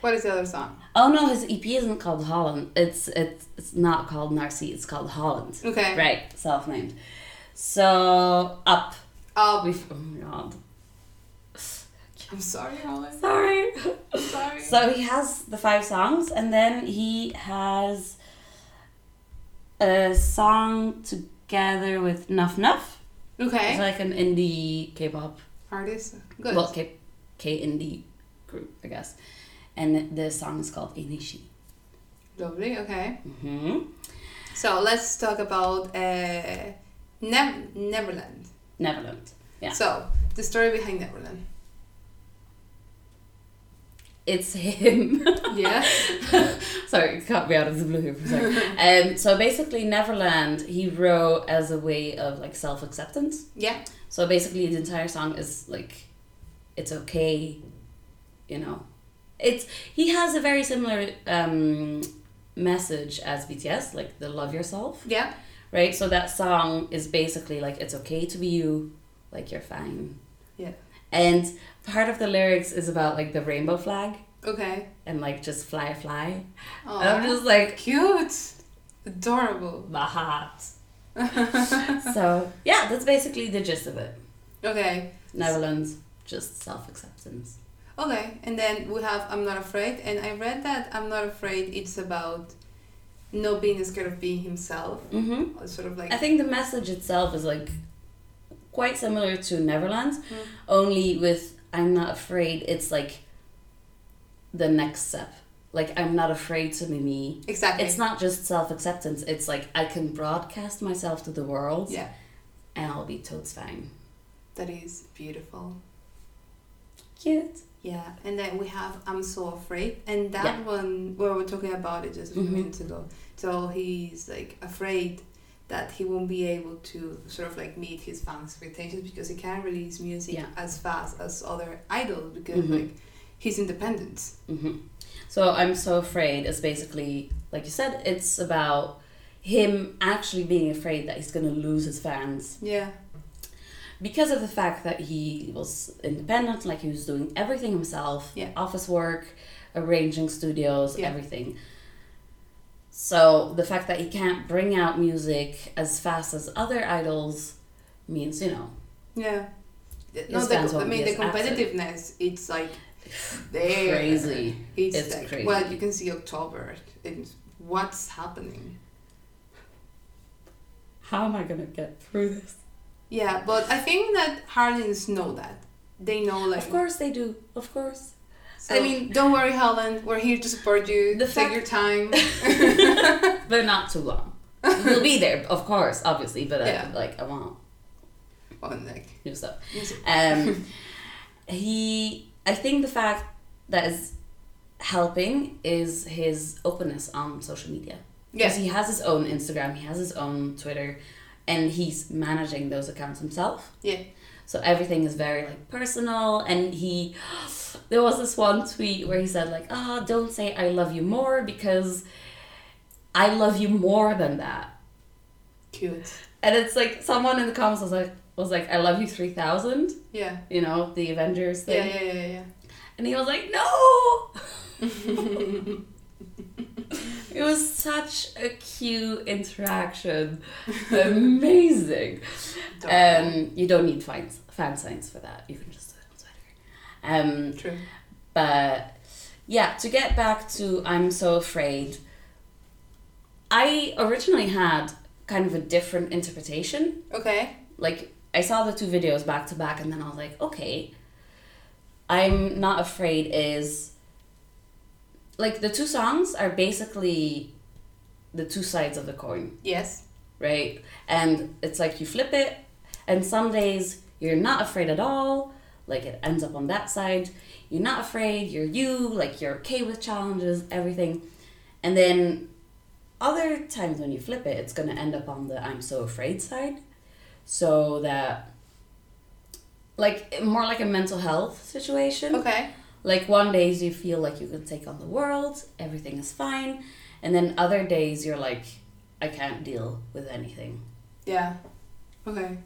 [SPEAKER 2] What is the other song?
[SPEAKER 1] oh no, his EP isn't called Holland. It's it's it's not called Narcy. It's called Holland.
[SPEAKER 2] Okay.
[SPEAKER 1] Right, self-named. So up.
[SPEAKER 2] Um,
[SPEAKER 1] We've, oh my god.
[SPEAKER 2] I'm sorry, Alan.
[SPEAKER 1] Sorry.
[SPEAKER 2] I'm sorry.
[SPEAKER 1] So he has the five songs, and then he has a song together with Nuff Nuff. It's
[SPEAKER 2] okay.
[SPEAKER 1] like an indie K-pop,
[SPEAKER 2] Artist. Good.
[SPEAKER 1] well, K K indie group, I guess. And the song is called Inishi.
[SPEAKER 2] Lovely. Okay.
[SPEAKER 1] hmm
[SPEAKER 2] So let's talk about uh, Nev- Neverland.
[SPEAKER 1] Neverland. Yeah.
[SPEAKER 2] So the story behind Neverland.
[SPEAKER 1] It's him.
[SPEAKER 2] Yeah.
[SPEAKER 1] Sorry, it cut me out of the blue here for a second. um, so basically, Neverland he wrote as a way of like self acceptance.
[SPEAKER 2] yeah.
[SPEAKER 1] So basically, the entire song is like, it's okay, you know. It's he has a very similar um, message as BTS, like the love yourself,
[SPEAKER 2] Yeah.
[SPEAKER 1] right? So that song is basically like it's okay to be you, like you're fine.
[SPEAKER 2] Yeah.
[SPEAKER 1] And part of the lyrics is about like the rainbow flag
[SPEAKER 2] Okay.
[SPEAKER 1] and like just fly, fly.
[SPEAKER 2] Oh,
[SPEAKER 1] And I'm just like
[SPEAKER 2] cute. Adorable.
[SPEAKER 1] my heart. so yeah, that's basically the gist of it.
[SPEAKER 2] Okay.
[SPEAKER 1] Netherlands, just self acceptance.
[SPEAKER 2] Okay. And then we have I'm Not Afraid. And I read that I'm Not Afraid, it's about not being scared of being himself.
[SPEAKER 1] Mm-hmm.
[SPEAKER 2] Or sort of like.
[SPEAKER 1] I think the message itself is like quite similar to Neverland,
[SPEAKER 2] Mm.
[SPEAKER 1] only with I'm not afraid, it's like the next step. Like, I'm not afraid to be me.
[SPEAKER 2] exactly.
[SPEAKER 1] It's not just self acceptance, it's like I can broadcast myself to the world
[SPEAKER 2] Yeah.
[SPEAKER 1] and I'll be totes fine.
[SPEAKER 2] That is beautiful.
[SPEAKER 1] Cute.
[SPEAKER 2] Yeah. And then we have I'm So Afraid. And that
[SPEAKER 1] Yeah.
[SPEAKER 2] one, we were talking about it just a few
[SPEAKER 1] Mhm.
[SPEAKER 2] minutes ago. So he's like afraid that he won't be able to sort of like meet his fans' expectations because he can't release music
[SPEAKER 1] Yeah.
[SPEAKER 2] as fast as other idols because
[SPEAKER 1] Mhm.
[SPEAKER 2] like he's independent.
[SPEAKER 1] hmm So, I'm So Afraid is basically, like you said, it's about him actually being afraid that he's gonna lose his fans
[SPEAKER 2] Yeah.
[SPEAKER 1] because of the fact that he was independent, like he was doing everything himself,
[SPEAKER 2] Yeah.
[SPEAKER 1] office work, arranging studios,
[SPEAKER 2] Yeah.
[SPEAKER 1] everything. So the fact that he can't bring out music as fast as other idols means, you know,
[SPEAKER 2] Yeah. No,
[SPEAKER 1] His
[SPEAKER 2] the,
[SPEAKER 1] fans
[SPEAKER 2] I
[SPEAKER 1] won't
[SPEAKER 2] mean
[SPEAKER 1] be
[SPEAKER 2] the
[SPEAKER 1] as active.
[SPEAKER 2] competitiveness. It's like there.
[SPEAKER 1] Crazy.
[SPEAKER 2] It's,
[SPEAKER 1] It's
[SPEAKER 2] like,
[SPEAKER 1] crazy.
[SPEAKER 2] Well, you can see October and what's happening.
[SPEAKER 1] how am I gonna get through this?
[SPEAKER 2] Yeah, but I think that Harlins know that. They know like.
[SPEAKER 1] Of course they do. Of course.
[SPEAKER 2] So,
[SPEAKER 1] I mean-
[SPEAKER 2] don't worry, Holland. We're here to support you.
[SPEAKER 1] The
[SPEAKER 2] Take
[SPEAKER 1] fact-
[SPEAKER 2] your time.
[SPEAKER 1] But not too long. we'll be there, of course, obviously, but uh,
[SPEAKER 2] Yeah.
[SPEAKER 1] like I won't
[SPEAKER 2] On like.
[SPEAKER 1] do stuff.
[SPEAKER 2] music.
[SPEAKER 1] Um, he, I think the fact that is helping is his openness on social media.
[SPEAKER 2] Yeah.
[SPEAKER 1] Because he has his own Instagram, he has his own Twitter, and he's managing those accounts himself.
[SPEAKER 2] Yeah.
[SPEAKER 1] So everything is very like personal, and he. There was this one tweet where he said like, "Ah, don't say I love you more because I love you more than that."
[SPEAKER 2] Cute.
[SPEAKER 1] And it's like someone in the comments was like, "Was like I love you three thousand,
[SPEAKER 2] Yeah.
[SPEAKER 1] you know, the Avengers
[SPEAKER 2] Yeah.
[SPEAKER 1] thing."
[SPEAKER 2] Yeah. Yeah. Yeah.
[SPEAKER 1] And he was like, no! it was such a cute interaction. Amazing.
[SPEAKER 2] Adorable.
[SPEAKER 1] Um, you don't need fans, fan signs for that. You can just do it on Twitter. Um,
[SPEAKER 2] True.
[SPEAKER 1] but yeah, to get back to I'm So Afraid, I originally had kind of a different interpretation
[SPEAKER 2] Okay.
[SPEAKER 1] like I saw the two videos back to back and then I was like, okay, I'm not afraid is like the two songs are basically the two sides of the coin,
[SPEAKER 2] Yes.
[SPEAKER 1] right? And it's like you flip it and some days you're not afraid at all, like it ends up on that side. You're not afraid, you're you, like you're okay with challenges, everything. And then other times when you flip it, it's going to end up on the I'm so afraid side. So that, like, more like a mental health situation.
[SPEAKER 2] Okay.
[SPEAKER 1] Like, one days you feel like you can take on the world, everything is fine. And then other days you're like, I can't deal with anything.
[SPEAKER 2] Yeah. Okay.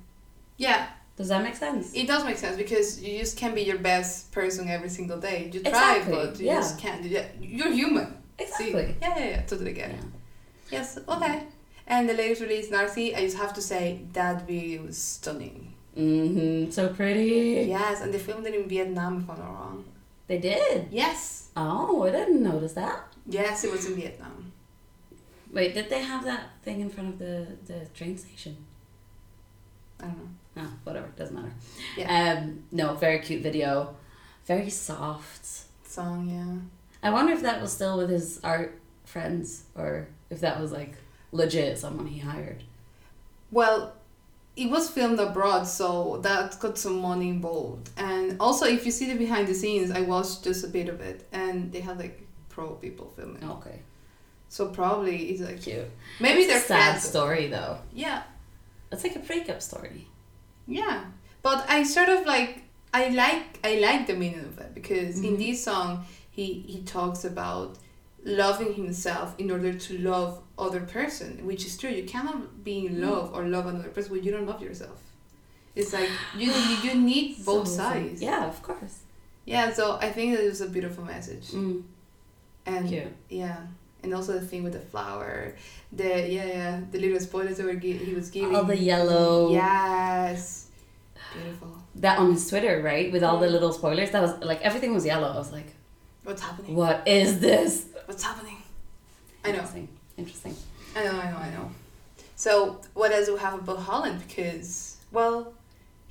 [SPEAKER 2] Yeah.
[SPEAKER 1] Does that make sense?
[SPEAKER 2] It does make sense because you just can't be your best person every single day. You try,
[SPEAKER 1] Exactly,
[SPEAKER 2] but you
[SPEAKER 1] yeah.
[SPEAKER 2] just can't. do that. You're human. See?
[SPEAKER 1] Exactly.
[SPEAKER 2] Yeah, yeah, yeah. Totally get it.
[SPEAKER 1] Yeah.
[SPEAKER 2] Yes. Okay. And the latest release, Narcy. I just have to say that video was stunning.
[SPEAKER 1] Mm-hmm. So pretty.
[SPEAKER 2] Yes, and they filmed it in Vietnam, if I'm not wrong.
[SPEAKER 1] They did.
[SPEAKER 2] Yes.
[SPEAKER 1] Oh, I didn't notice that.
[SPEAKER 2] Yes, it was in Vietnam.
[SPEAKER 1] Wait, did they have that thing in front of the, the train station?
[SPEAKER 2] I don't know.
[SPEAKER 1] No, whatever, doesn't matter.
[SPEAKER 2] Yeah.
[SPEAKER 1] Um, no, very cute video. Very soft.
[SPEAKER 2] Song, yeah.
[SPEAKER 1] I wonder if that was still with his art friends or if that was like legit someone he hired.
[SPEAKER 2] Well, it was filmed abroad, so that got some money involved. And also, if you see the behind the scenes, I watched just a bit of it, and they had like pro people filming.
[SPEAKER 1] Okay.
[SPEAKER 2] So probably it's like
[SPEAKER 1] Cute.
[SPEAKER 2] maybe they're
[SPEAKER 1] sad
[SPEAKER 2] friends.
[SPEAKER 1] story though.
[SPEAKER 2] Yeah,
[SPEAKER 1] It's like a breakup story.
[SPEAKER 2] yeah. But I sort of like I like I like the meaning of it because in
[SPEAKER 1] Mhm.
[SPEAKER 2] this song he he talks about loving himself in order to love other person, which is true. You cannot be
[SPEAKER 1] Mm-hmm.
[SPEAKER 2] in love or love another person when you don't love yourself. It's like you you, you need both
[SPEAKER 1] So-
[SPEAKER 2] sides.
[SPEAKER 1] Yeah, of course.
[SPEAKER 2] Yeah, so I think that it was a beautiful message.
[SPEAKER 1] Mm,
[SPEAKER 2] And
[SPEAKER 1] cute.
[SPEAKER 2] yeah. And also the thing with the flower, the yeah, yeah, the little spoilers that were gi- he was giving.
[SPEAKER 1] All the yellow.
[SPEAKER 2] Yes. Beautiful.
[SPEAKER 1] That on his Twitter, right? With all the little spoilers. That was like everything was yellow. I was like,
[SPEAKER 2] What's happening?
[SPEAKER 1] what is this?
[SPEAKER 2] What's happening? I know.
[SPEAKER 1] Interesting. Interesting.
[SPEAKER 2] I know, I know, I know. So what else do we have about Holland? Because well,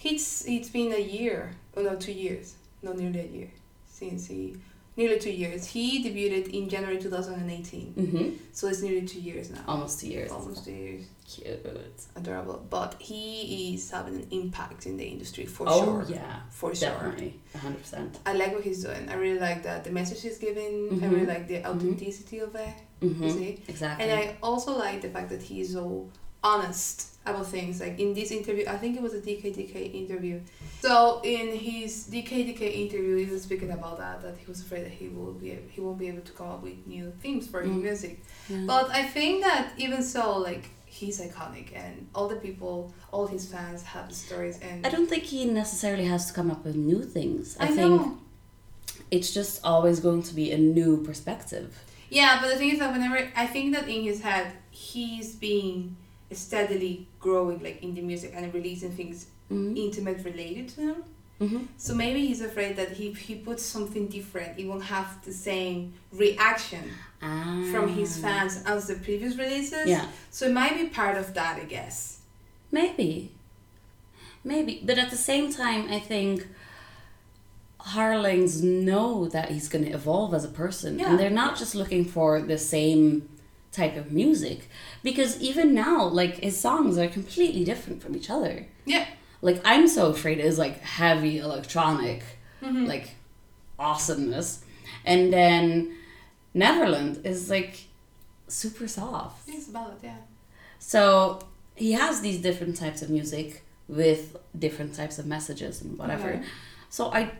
[SPEAKER 2] it's it's been a year, oh no, two years, no, nearly a year since he, nearly two years. He debuted in January two thousand and eighteen,
[SPEAKER 1] Mm-hmm.
[SPEAKER 2] so it's nearly two years now.
[SPEAKER 1] Almost two years.
[SPEAKER 2] Almost two years.
[SPEAKER 1] Cute.
[SPEAKER 2] Adorable, but he is having an impact in the industry for
[SPEAKER 1] oh
[SPEAKER 2] sure.
[SPEAKER 1] yeah,
[SPEAKER 2] For sure.
[SPEAKER 1] definitely, hundred percent.
[SPEAKER 2] I like what he's doing. I really like that the message he's giving. I
[SPEAKER 1] Mhm.
[SPEAKER 2] really like the
[SPEAKER 1] Mhm.
[SPEAKER 2] authenticity of it. you
[SPEAKER 1] Mm-hmm.
[SPEAKER 2] see?
[SPEAKER 1] Exactly.
[SPEAKER 2] And I also like the fact that he's so honest about things. Like in this interview, I think it was a DKDK interview. So in his DKDK interview, he was speaking about that that he was afraid that he will be he won't be able to come up with new themes for his
[SPEAKER 1] Mm.
[SPEAKER 2] music.
[SPEAKER 1] Yeah.
[SPEAKER 2] But I think that even so, like he's iconic and all the people, all his fans have stories and
[SPEAKER 1] I don't think he necessarily has to come up with new things. I,
[SPEAKER 2] I
[SPEAKER 1] think
[SPEAKER 2] know.
[SPEAKER 1] it's just always going to be a new perspective.
[SPEAKER 2] Yeah, but the thing is that whenever I think that in his head he's being steadily growing like in the music and releasing things
[SPEAKER 1] Mm-hmm.
[SPEAKER 2] intimate related to him. So maybe he's afraid that if he puts something different, he won't have the same reaction
[SPEAKER 1] Ah.
[SPEAKER 2] from his fans as the previous releases.
[SPEAKER 1] Yeah,
[SPEAKER 2] So it might be part of that, I guess.
[SPEAKER 1] maybe. Maybe. But at the same time, I think Harlings know that he's going to evolve as a person.
[SPEAKER 2] Yeah.
[SPEAKER 1] And they're not just looking for the same type of music. Because even now, like, his songs are completely different from each other.
[SPEAKER 2] Yeah.
[SPEAKER 1] Like, I'm So Afraid is like heavy electronic.
[SPEAKER 2] Mhm.
[SPEAKER 1] like awesomeness. And then Neverland is like super soft.
[SPEAKER 2] It's about yeah.
[SPEAKER 1] So he has these different types of music with different types of messages and whatever.
[SPEAKER 2] Okay.
[SPEAKER 1] So I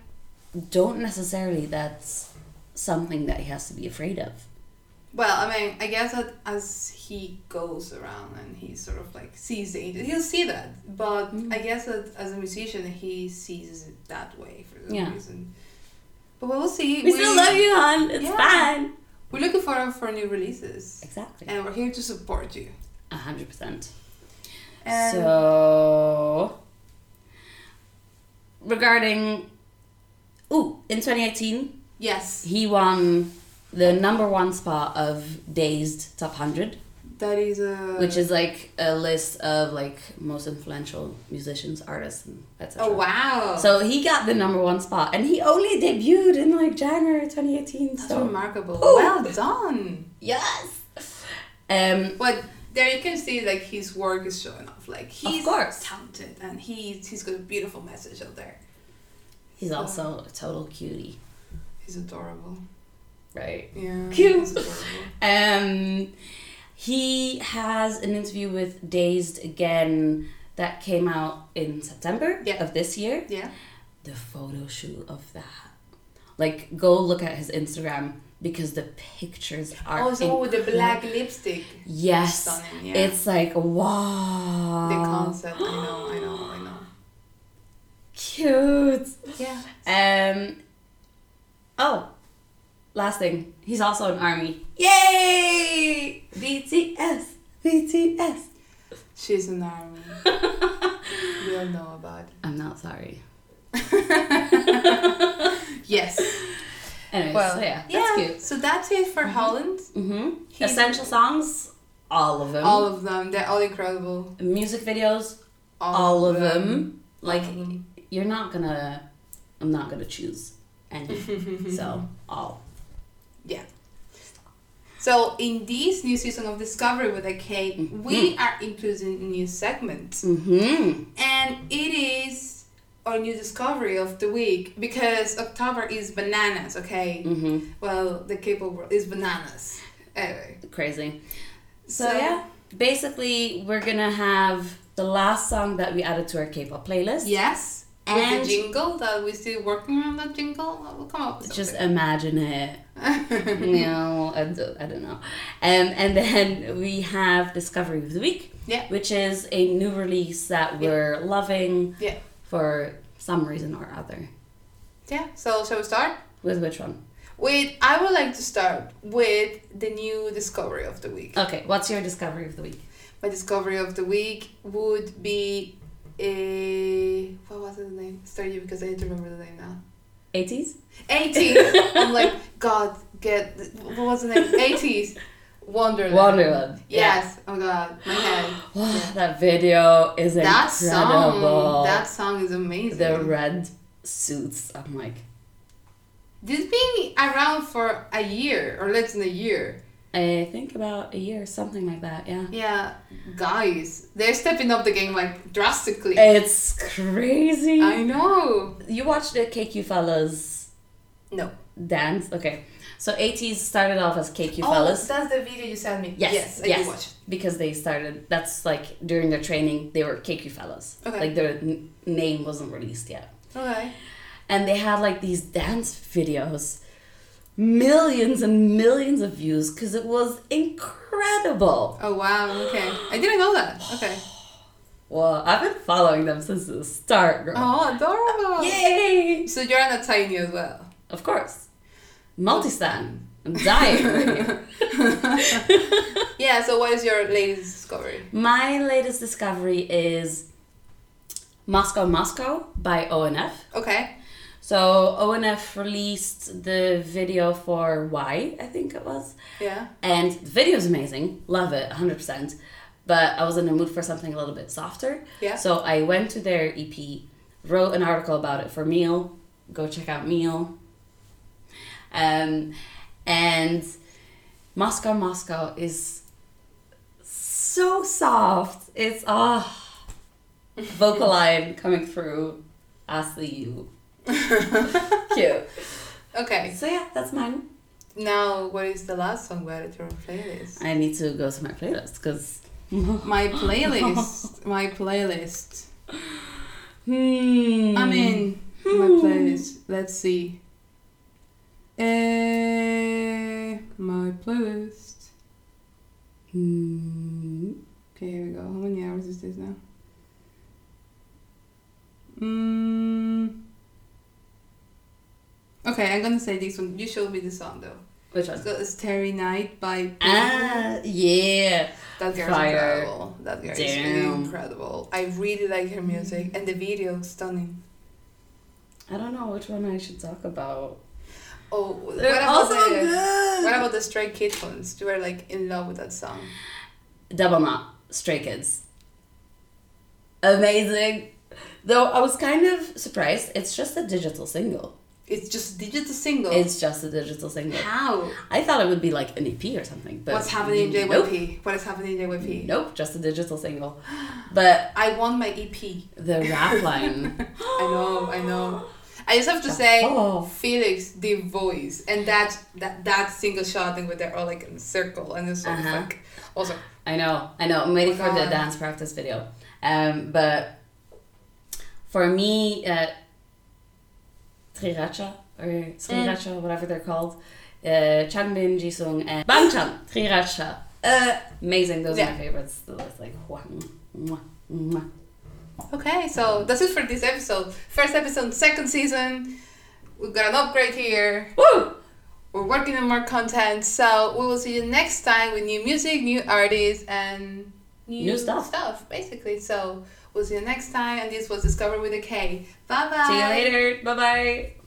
[SPEAKER 1] don't necessarily that's something that he has to be afraid of.
[SPEAKER 2] Well, I mean, I guess that as he goes around and he sort of like sees the internet, he'll see that. But
[SPEAKER 1] Mm.
[SPEAKER 2] I guess that as a musician, he sees it that way for some
[SPEAKER 1] Yeah.
[SPEAKER 2] reason. But we'll see.
[SPEAKER 1] We still love you, hon. It's
[SPEAKER 2] Yeah.
[SPEAKER 1] fine.
[SPEAKER 2] We're looking forward for new releases,
[SPEAKER 1] Exactly.
[SPEAKER 2] and we're here to support you.
[SPEAKER 1] A hundred percent.
[SPEAKER 2] And
[SPEAKER 1] so regarding ooh, in twenty eighteen
[SPEAKER 2] yes,
[SPEAKER 1] He won the number one spot of Dazed Top 100,
[SPEAKER 2] that is a
[SPEAKER 1] which is like a list of like most influential musicians, artists, and etc.
[SPEAKER 2] oh wow.
[SPEAKER 1] So he got the number one spot, and he only debuted in like January 2018.
[SPEAKER 2] that's
[SPEAKER 1] So
[SPEAKER 2] remarkable.
[SPEAKER 1] Ooh.
[SPEAKER 2] Well done.
[SPEAKER 1] yes, um,
[SPEAKER 2] But there you can see like his work is showing off. Like he's
[SPEAKER 1] course.
[SPEAKER 2] talented and he's he's got a beautiful message out there.
[SPEAKER 1] he's also a total cutie,
[SPEAKER 2] He's adorable.
[SPEAKER 1] right?
[SPEAKER 2] Yeah.
[SPEAKER 1] Cute.
[SPEAKER 2] he's adorable.
[SPEAKER 1] Um, he has an interview with Dazed again that came out in September
[SPEAKER 2] Yeah.
[SPEAKER 1] of this year.
[SPEAKER 2] Yeah.
[SPEAKER 1] the photo shoot of that. Like, go look at his Instagram because the pictures are.
[SPEAKER 2] Also oh, with the
[SPEAKER 1] incre-
[SPEAKER 2] black lipstick.
[SPEAKER 1] Yes.
[SPEAKER 2] Stunning. Yeah.
[SPEAKER 1] It's uh, like, wow.
[SPEAKER 2] the concept. I know. I know. I know.
[SPEAKER 1] Cute.
[SPEAKER 2] Yeah.
[SPEAKER 1] Um. Oh, last thing. He's also an army. Yay! BTS. BTS.
[SPEAKER 2] She's an army. we all know about it.
[SPEAKER 1] I'm not sorry.
[SPEAKER 2] Yes.
[SPEAKER 1] Anyways, so yeah, that's cute.
[SPEAKER 2] So that's it for Holland.
[SPEAKER 1] Mm-hmm.
[SPEAKER 2] He's-
[SPEAKER 1] Essential songs, all of them.
[SPEAKER 2] All of them. They're all incredible.
[SPEAKER 1] Music videos, all of them. Like
[SPEAKER 2] All of them.
[SPEAKER 1] you're not gonna, I'm not gonna choose any. so all.
[SPEAKER 2] Yeah. So in this new season of Discovery with AK, we are including a new segment,
[SPEAKER 1] Mm-hmm.
[SPEAKER 2] and it is our new discovery of the week because October is bananas. Okay.
[SPEAKER 1] Mm-hmm.
[SPEAKER 2] Well, the K-pop world is bananas. Anyway.
[SPEAKER 1] Crazy. So, yeah, basically we're gonna have the last song that we added to our K-pop playlist.
[SPEAKER 2] Yes. With
[SPEAKER 1] And-
[SPEAKER 2] the jingle that we still working on that jingle, we'll come up with
[SPEAKER 1] Just
[SPEAKER 2] something.
[SPEAKER 1] imagine it.
[SPEAKER 2] Mm-hmm.
[SPEAKER 1] you know, I don't, I don't know. Um, and then we have Discovery of the Week,
[SPEAKER 2] Yeah.
[SPEAKER 1] which is a new release that
[SPEAKER 2] Yeah.
[SPEAKER 1] we're loving
[SPEAKER 2] Yeah.
[SPEAKER 1] for some reason or other.
[SPEAKER 2] yeah. So shall we start?
[SPEAKER 1] With which one?
[SPEAKER 2] With I would like to start with the new discovery of the week.
[SPEAKER 1] Okay, what's your discovery of the week?
[SPEAKER 2] my discovery of the week would be a what was the name? Start you because I need to remember the name now.
[SPEAKER 1] 80s?
[SPEAKER 2] 80s. I'm like God, get what was the name? 80s. Wonderland.
[SPEAKER 1] Wonderland.
[SPEAKER 2] Yes. Oh God, my head.
[SPEAKER 1] Wow,
[SPEAKER 2] Yeah.
[SPEAKER 1] that video is
[SPEAKER 2] That
[SPEAKER 1] incredible.
[SPEAKER 2] song. That song is amazing.
[SPEAKER 1] the red suits. I'm like,
[SPEAKER 2] this being around for a year or less than a year.
[SPEAKER 1] I think about a year, something like that. Yeah.
[SPEAKER 2] Yeah, guys, they're stepping up the game like drastically.
[SPEAKER 1] It's crazy.
[SPEAKER 2] I know. Oh,
[SPEAKER 1] you watched the KQ fellas
[SPEAKER 2] No.
[SPEAKER 1] dance. Okay, so 80s started off as KQ
[SPEAKER 2] Oh,
[SPEAKER 1] fellas.
[SPEAKER 2] that's the video you sent me.
[SPEAKER 1] Yes,
[SPEAKER 2] yes, I
[SPEAKER 1] yes.
[SPEAKER 2] did watch. it.
[SPEAKER 1] because they started, that's like during their training, they were KQ fellas.
[SPEAKER 2] Okay.
[SPEAKER 1] Like their n- name wasn't released yet.
[SPEAKER 2] Okay.
[SPEAKER 1] and they had like these dance videos. millions and millions of views because it was incredible.
[SPEAKER 2] Oh wow. Okay. I didn't know that. Okay.
[SPEAKER 1] Well, I've been following them since the start, girl.
[SPEAKER 2] Oh, adorable.
[SPEAKER 1] Yay!
[SPEAKER 2] So you're on a tiny as well.
[SPEAKER 1] Of course. Multistan. I'm dying. over here.
[SPEAKER 2] Yeah. So what is your latest discovery?
[SPEAKER 1] My latest discovery is Moscow Moscow by ONF.
[SPEAKER 2] Okay.
[SPEAKER 1] So ONF released the video for Why, I think it was.
[SPEAKER 2] Yeah.
[SPEAKER 1] And the video is amazing. Love it, 100%. But I was in the mood for something a little bit softer.
[SPEAKER 2] Yeah.
[SPEAKER 1] So I went to their EP, wrote an article about it for Meal. Go check out Meal. Um, and Moscow, Moscow is so soft. It's, ah, vocal line coming through. Ask the you. Cute.
[SPEAKER 2] Okay.
[SPEAKER 1] So yeah, that's mine.
[SPEAKER 2] Now, what is the last song we added to our playlist?
[SPEAKER 1] I need to go to my playlist because.
[SPEAKER 2] My playlist. My playlist.
[SPEAKER 1] Hmm.
[SPEAKER 2] I mean, my
[SPEAKER 1] Hmm.
[SPEAKER 2] playlist. Let's see. Eh, my playlist.
[SPEAKER 1] Hmm.
[SPEAKER 2] Okay, here we go. How many hours is this now? Mm. Okay, I'm gonna say this one. You showed me the song though.
[SPEAKER 1] Which
[SPEAKER 2] It's
[SPEAKER 1] one?
[SPEAKER 2] called Starry Night by Pink.
[SPEAKER 1] Ah, yeah.
[SPEAKER 2] That girl's
[SPEAKER 1] Fire.
[SPEAKER 2] incredible. That girl is
[SPEAKER 1] Damn.
[SPEAKER 2] incredible. I really like her music and the video is stunning.
[SPEAKER 1] I don't know which one I should talk about.
[SPEAKER 2] Oh, what
[SPEAKER 1] They're
[SPEAKER 2] about
[SPEAKER 1] also
[SPEAKER 2] the,
[SPEAKER 1] good.
[SPEAKER 2] What about the Stray Kids ones? You were like in love with that song.
[SPEAKER 1] Double Knot, Stray Kids. Amazing. Though I was kind of surprised. It's just a digital single.
[SPEAKER 2] It's just digital single.
[SPEAKER 1] It's just a digital single.
[SPEAKER 2] How?
[SPEAKER 1] I thought it would be like an EP or something, but
[SPEAKER 2] What's happening in
[SPEAKER 1] nope.
[SPEAKER 2] JYP? What is happening in JYP?
[SPEAKER 1] Nope, just a digital single. But
[SPEAKER 2] I want my E EP.
[SPEAKER 1] the rap line.
[SPEAKER 2] I know, I know. I just have to say,
[SPEAKER 1] Oh.
[SPEAKER 2] Felix, the voice, and that that that single shot thing where they're all like in a circle, and it's sort of
[SPEAKER 1] Uh-huh.
[SPEAKER 2] like also
[SPEAKER 1] I know, I know. I'm waiting for the
[SPEAKER 2] God.
[SPEAKER 1] dance practice video. Um, but for me, uh, Triracha or
[SPEAKER 2] Eh.
[SPEAKER 1] Triracha, whatever they're called, uh, Changbin, Jisung, and Bangchan, Triracha. Uh, amazing. Those are
[SPEAKER 2] Yeah.
[SPEAKER 1] my favorites. Those like mwah, mwah, mwah.
[SPEAKER 2] Okay, so that's it for this episode. First episode, second season. We've got an upgrade here.
[SPEAKER 1] Woo!
[SPEAKER 2] We're working on more content. So we will see you next time with new music, new artists, and new,
[SPEAKER 1] New stuff.
[SPEAKER 2] stuff, basically. So we'll see you next time. And this was Discover with a K. Bye bye.
[SPEAKER 1] See you later. Bye bye.